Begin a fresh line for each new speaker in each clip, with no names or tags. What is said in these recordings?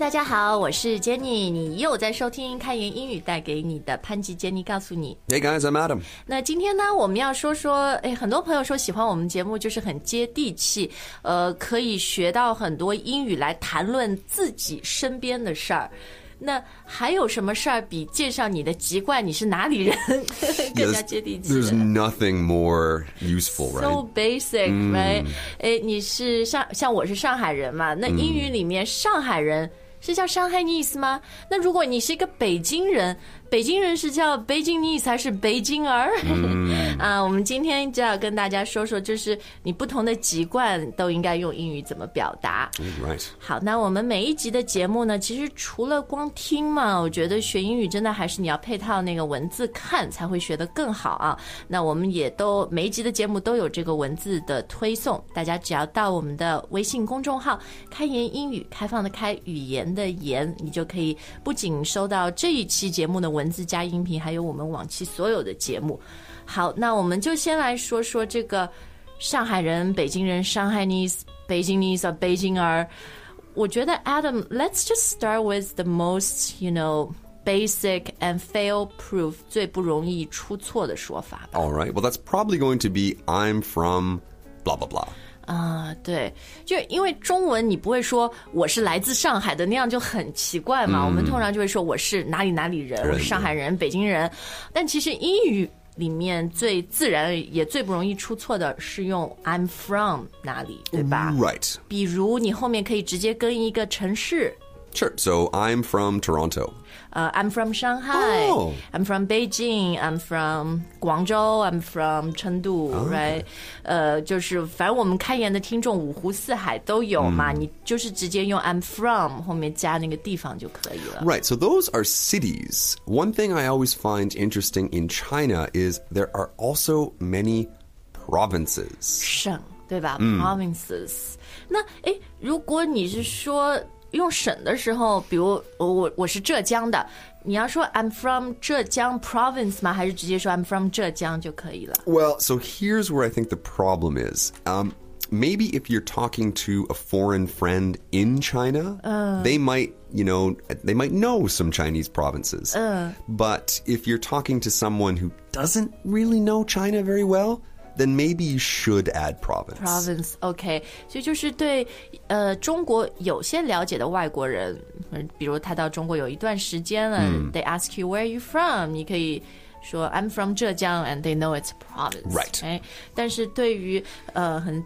大家好，我是 Jenny，你又在收听开言英语带给你的潘吉 Jenny 告诉你。
Hey guys, I'm Adam.
那今天呢，我们要说说，哎，很多朋友说喜欢我们节目，就是很接地气，呃，可以学到很多英语来谈论自己身边的事儿。那还有什么事儿比介绍你的籍贯、你是哪里人 更加
There's,
接地气
there's
呢
nothing more useful, right?
So basic, right？哎，你是上像我是上海人嘛？那英语里面上海人是叫 Shanghainese 吗？那如果你是一个北京人，北京人是叫 Beijingese 还是北京儿？ 啊，我们今天就要跟大家说说，就是你不同的籍贯都应该用英语怎么表达。
right.
好，那我们每一集的节目呢，其实除了光听嘛，我觉得学英语真的还是你要配套那个文字看才会学得更好啊。那我们也都每一集的节目都有这个文字的推送，大家只要到我们的微信公众号“开言英语”，开放的开，语言的言，你就可以不仅收到这一期节目的文字加音频，还有我们往期所有的节目。好，那我们就先来说说这个上海人、北京人、上海 nese、北京 nese 啊，北京儿。我觉得 Adam，let's just start with the most you know basic and fail-proof 最不容易出错的说法吧。
All right. Well, that's probably going to be I'm from blah blah blah.
啊，对，就因为中文你不会说我是来自上海的，那样就很奇怪嘛。我们通常就会说我是哪里哪里人，我是上海人、北京人。但其实英语里面最自然也最不容易出错的是用 I'm from 哪里，对吧？
Right.
比如你后面可以直接跟一个城市。
Sure. So I'm from Toronto.
呃、i m from Shanghai,、
哦
I'm from Beijing, I'm from 广州，I'm from 成都、r i g h t 呃，就是反正我们开言的听众五湖四海都有嘛，你就是直接用 I'm from 后面加那个地方就可以了。
Right. So those are cities. One thing I always find interesting in China is there are also many provinces.
省对吧、p r o v i n c e s 那诶，如果你是说用省的时候，比如我我我是浙江的，你要说 I'm from 浙江 province 吗？还是直接说 I'm from 浙江就可以了？
Well, so here's where I think the problem is. Um, maybe if you're talking to a foreign friend in China,
Uh.
they might, you know, they might know some Chinese provinces.
Uh.
But if you're talking to someone who doesn't really know China very well, then maybe you should add province.
province OK，所以就是对呃中国有些了解的外国人，嗯，比如他到中国有一段时间了、t h e y ask you where are you from，你可以说 I'm from 浙江，and they know it's province。
Right
哎，但是对于呃很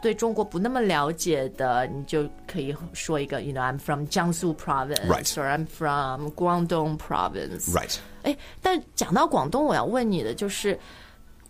对中国不那么了解的，你就可以说一个，you know I'm from 江苏 province，or
Right
I'm from 广东 province。
Right.
哎，但讲到广东，我要问你的就是，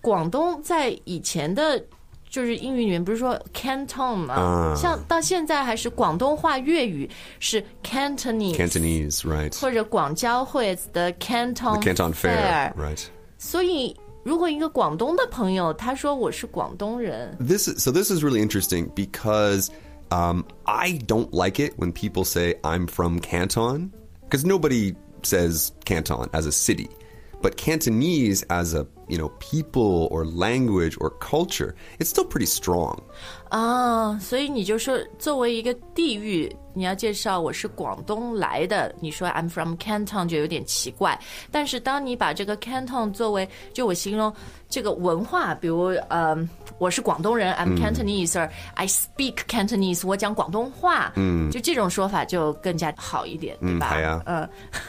广东在以前的，就是英语里面不是说 Canton 吗？
嗯
像到现在还是广东话粤语是 Cantonese，,
Cantonese, right.
或者广交会的 Canton
The Canton Fair, 嗯
Fair
right.
所以，如果一个广东的朋友他说我是广东人，
This is, so this is really interesting because um, I don't like it when people say I'm from Canton because nobody says Canton as a city, but Cantonese as a you know people or language or culture, it's still pretty strong.
啊，所以你就说作为一个地域，你要介绍我是广东来的，你说 I'm from Canton 就有点奇怪。但是当你把这个 Canton 作为就我形容这个文化，比如呃我是广东人，I'm Cantonese，or、I speak Cantonese，我讲广东话，嗯，就这种说法就更加好一点，对吧？
哎呀
嗯，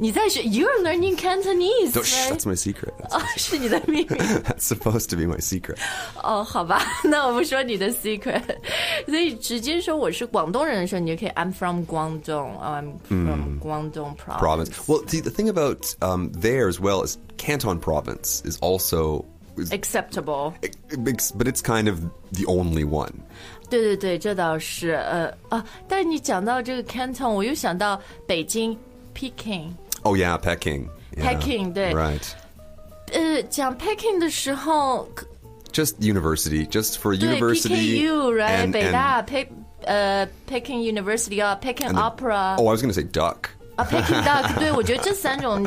你在学 You're learning Cantonese，
So, shh,
right？
that's my secret. That's,
哦，是你的秘密。
that's supposed to be my secret.
哦，好吧， 那我不说你的 secret，所 以直接说我是广东人的时候，你就可以 I'm from 广东，I'm from 广东 province。
嗯 Province. Well, see the thing about um, there as well is Canton Province is also, is,
acceptable，
but it's kind of the only one.
对对对，这倒是，呃啊，但是你讲到这个 Canton，我又想到北京 Peking，
Oh yeah, Peking. Yeah,
Peking, 对。
Right.
呃，讲 Peking 的时候，可
Just university, just for
对
university.
PKU，right，
and-
北
and-
大 Pe 呃 Peking University 啊，Peking
the-
Opera。
Oh, I was going to say duck.
啊，Peking duck，对我 觉得这三种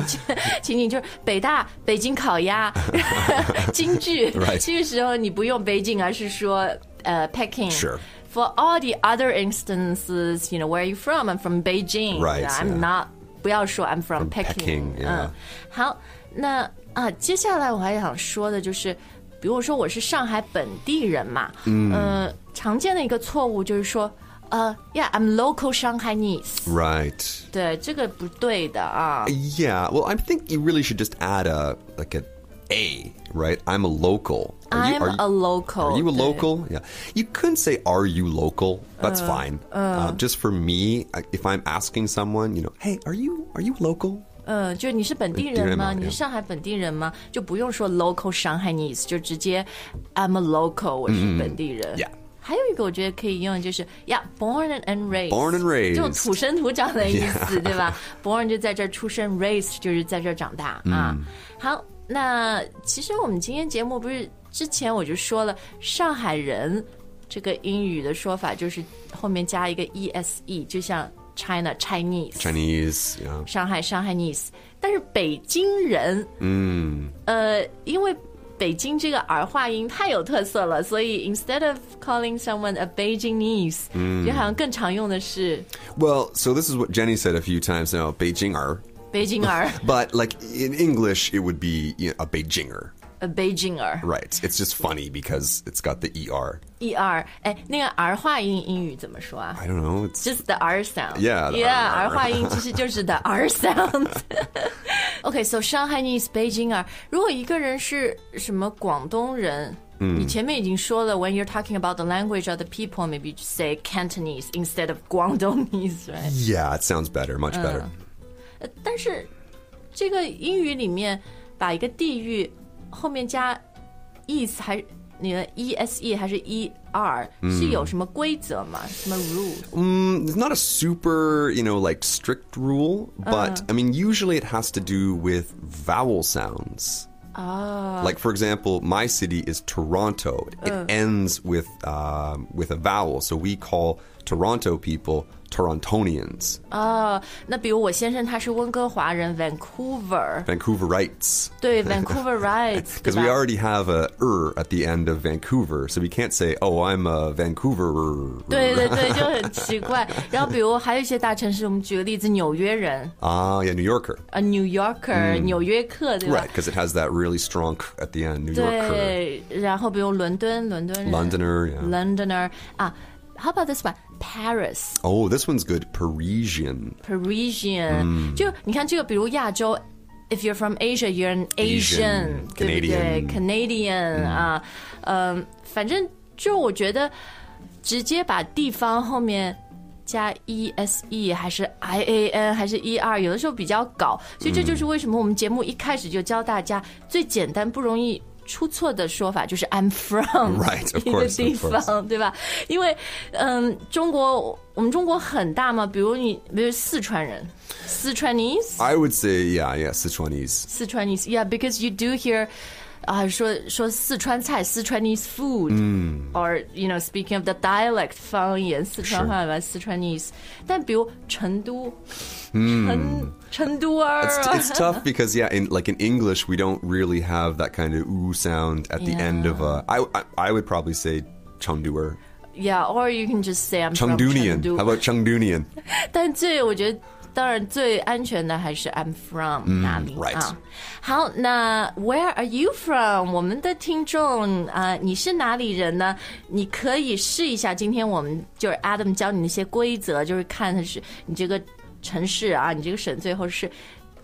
情景就是北大、北京烤鸭、 京剧
Right.。
这个时候你不用北京，而是说呃 Peking。
Sure.
For all the other instances, you know, where are you from? I'm from Beijing.
Right,
I'm
yeah.
not. 不要说 I'm from
Peking,
Peking。
yeah.
嗯，好，那啊，接下来我还想说的就是，比如说我是上海本地人嘛，嗯、呃，常见的一个错误就是说，呃，Yeah，I'm local Shanghainese。
Right.
对，这个不对的啊。
Yeah. Well, I think you really should just add a like a a right. I'm a local. Are you-
I'm
are you-
a local. Uh,
Are you a
对
local? Yeah. You couldn't say, Are you local? That's fine. um, just for me, I- if I'm asking someone, you know, Hey, are you are you local?
嗯，就是你是本地
本地
人
人哎
吗？
嘛
你是
yeah
上海本地人吗？就不用说 local 上海 n e s e 就直接 I'm a local，我是本地人。
嗯 yeah
还有一个我觉得可以用的就是 Yeah，born and raised。
Born and raised
就土生土长的意思，对吧？Born 就在这儿出生，raised 就是在这儿长大
嗯
啊。好，那其实我们今天节目不是之前我就说了，上海人这个英语的说法就是后面加一个 e s e，就像 China Chinese。
Chinese. Yeah.
上海上海 Nice，但是北京人，嗯，呃，因为北京这个儿化音太有特色了，所以 instead of calling someone a Beijingese，嗯，就好像更常用的是
Well, so this is what Jenny said a few times now Beijing er.
北京儿
But like in English, it would be you know, a Beijinger.
a Beijinger
Right. It's just funny because it's got the ER.
e r，哎，那个儿化音英语怎么说啊
I don't know. It's
？Just the R sound.
Yeah, the
yeah.
R.
儿化音其实就是 the R sound. OK, so 上海 Nice, Beijing r 如果一个人是什么广东人，你前面已经说了，when you're talking about the language of the people, maybe you just say Cantonese instead of Guangdongese, right?
yeah, it sounds better, much better.
呃但是这个英语里面把一个地域后面加 is 还你的 e s e 还是 e r 是有什么规则吗？什么 rule？
Mm, it's not a super, you know, like strict rule, but I mean, usually it has to do with vowel sounds. Like for example, my city is Toronto. It ends with um, with a vowel, so we call Toronto people Torontonians,
哦，那比如我先生他是温哥华人，Vancouver，
Vancouverites,
对，Vancouverites，对
because we
吧？
already have a er at the end of Vancouver, so we can't say, "Oh, I'm a Vancouverer."
对对对，就很奇怪。 然后比如还有一些大城市，我们举个例子，纽约人
Ah, yeah, New Yorker,
啊，New Yorker，纽约客，对
嗯 right?
吧？
Because it has that really strong k at the end, New Yorker,
对，然后比如伦敦，伦敦人
Londoner, yeah.
Londoner 啊，How about this one? Paris,
Oh, this one's good. Parisian.
Parisian，、就
嗯
你看这个，比如亚洲，If you're from Asia, you're an Asian，,
Asian，
对不对
Canadian
？Canadian 啊，嗯、反正就我觉得直接把地方后面。加 e s e 还是 i a n 还是 e r，有的时候比较搞，所以这就是为什么我们节目一开始就教大家最简单不容易出错的说法，就是 I'm from
Right, of
一个
course,
地
of
方
course.
对吧？因为，嗯，中国我们中国很大嘛，比如你，比如四川人，四川 nese，
I would say, yeah, yeah, Sichuanese.
四川 nese，yeah，because you do hear，啊，说说四川菜，四川 nese food，嗯，or
Mm.
you know speaking of the dialect 方言，四川话吧，四川 nese，但比如成都，成成都儿
It's,
啊
Mm. it's tough because, yeah, in like in English, we don't really have that kind of ooh sound at the end of a. I, I, I would probably say Chengduer.
，yeah，or you can just say I'm from
Chengdunian.
成都
How about Chengdunian?
但最我觉得。当然，最安全的还是 I'm from 哪里、
嗯 right
啊？好，那 Where are you from？我们的听众啊、呃你是哪里人呢？你可以试一下，今天我们就是 Adam 教你那些规则，就是看的是你这个城市啊，你这个省最后是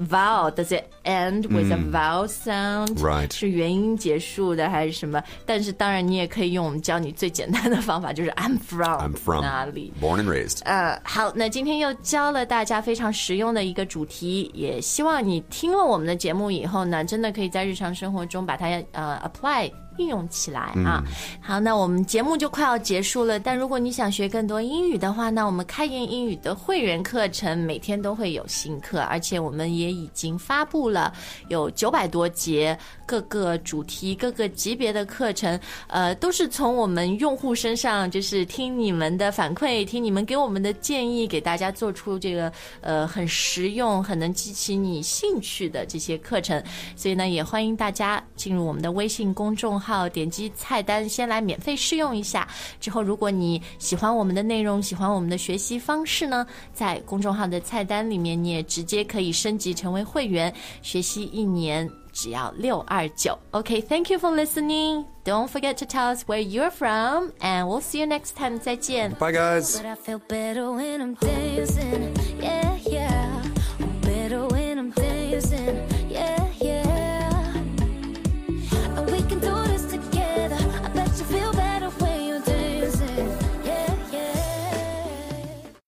vowel does it end with a vowel sound？、
嗯 Right
是元音结束的还是什么？但是当然，你也可以用我们教你最简单的方法，就是 I'm from
I'm from.
哪里。
Born and raised.
呃，好，那今天又教了大家非常实用的一个主题，也希望你听了我们的节目以后呢，真的可以在日常生活中把它呃 apply 应用起来啊。好，那我们节目就快要结束了，但如果你想学更多英语的话，那我们开言英语的会员课程每天都会有新课，而且我们也已经发布了有九百多节各个主题、各个级别的课程，呃，都是从我们用户身上，就是听你们的反馈，听你们给我们的建议，给大家做出这个呃很实用、很能激起你兴趣的这些课程。所以呢，也欢迎大家进入我们的微信公众号。号，点击菜单先来免费试用一下。之后，如果你喜欢我们的内容，喜欢我们的学习方式呢，在公众号的菜单里面，你也直接可以升级成为会员，学习一年。只要六二九。Okay, thank you for listening. Don't forget to tell us where you're from, and we'll see you next time. 再见。
Bye, guys.
But I feel better when I'm dancing. Yeah, yeah.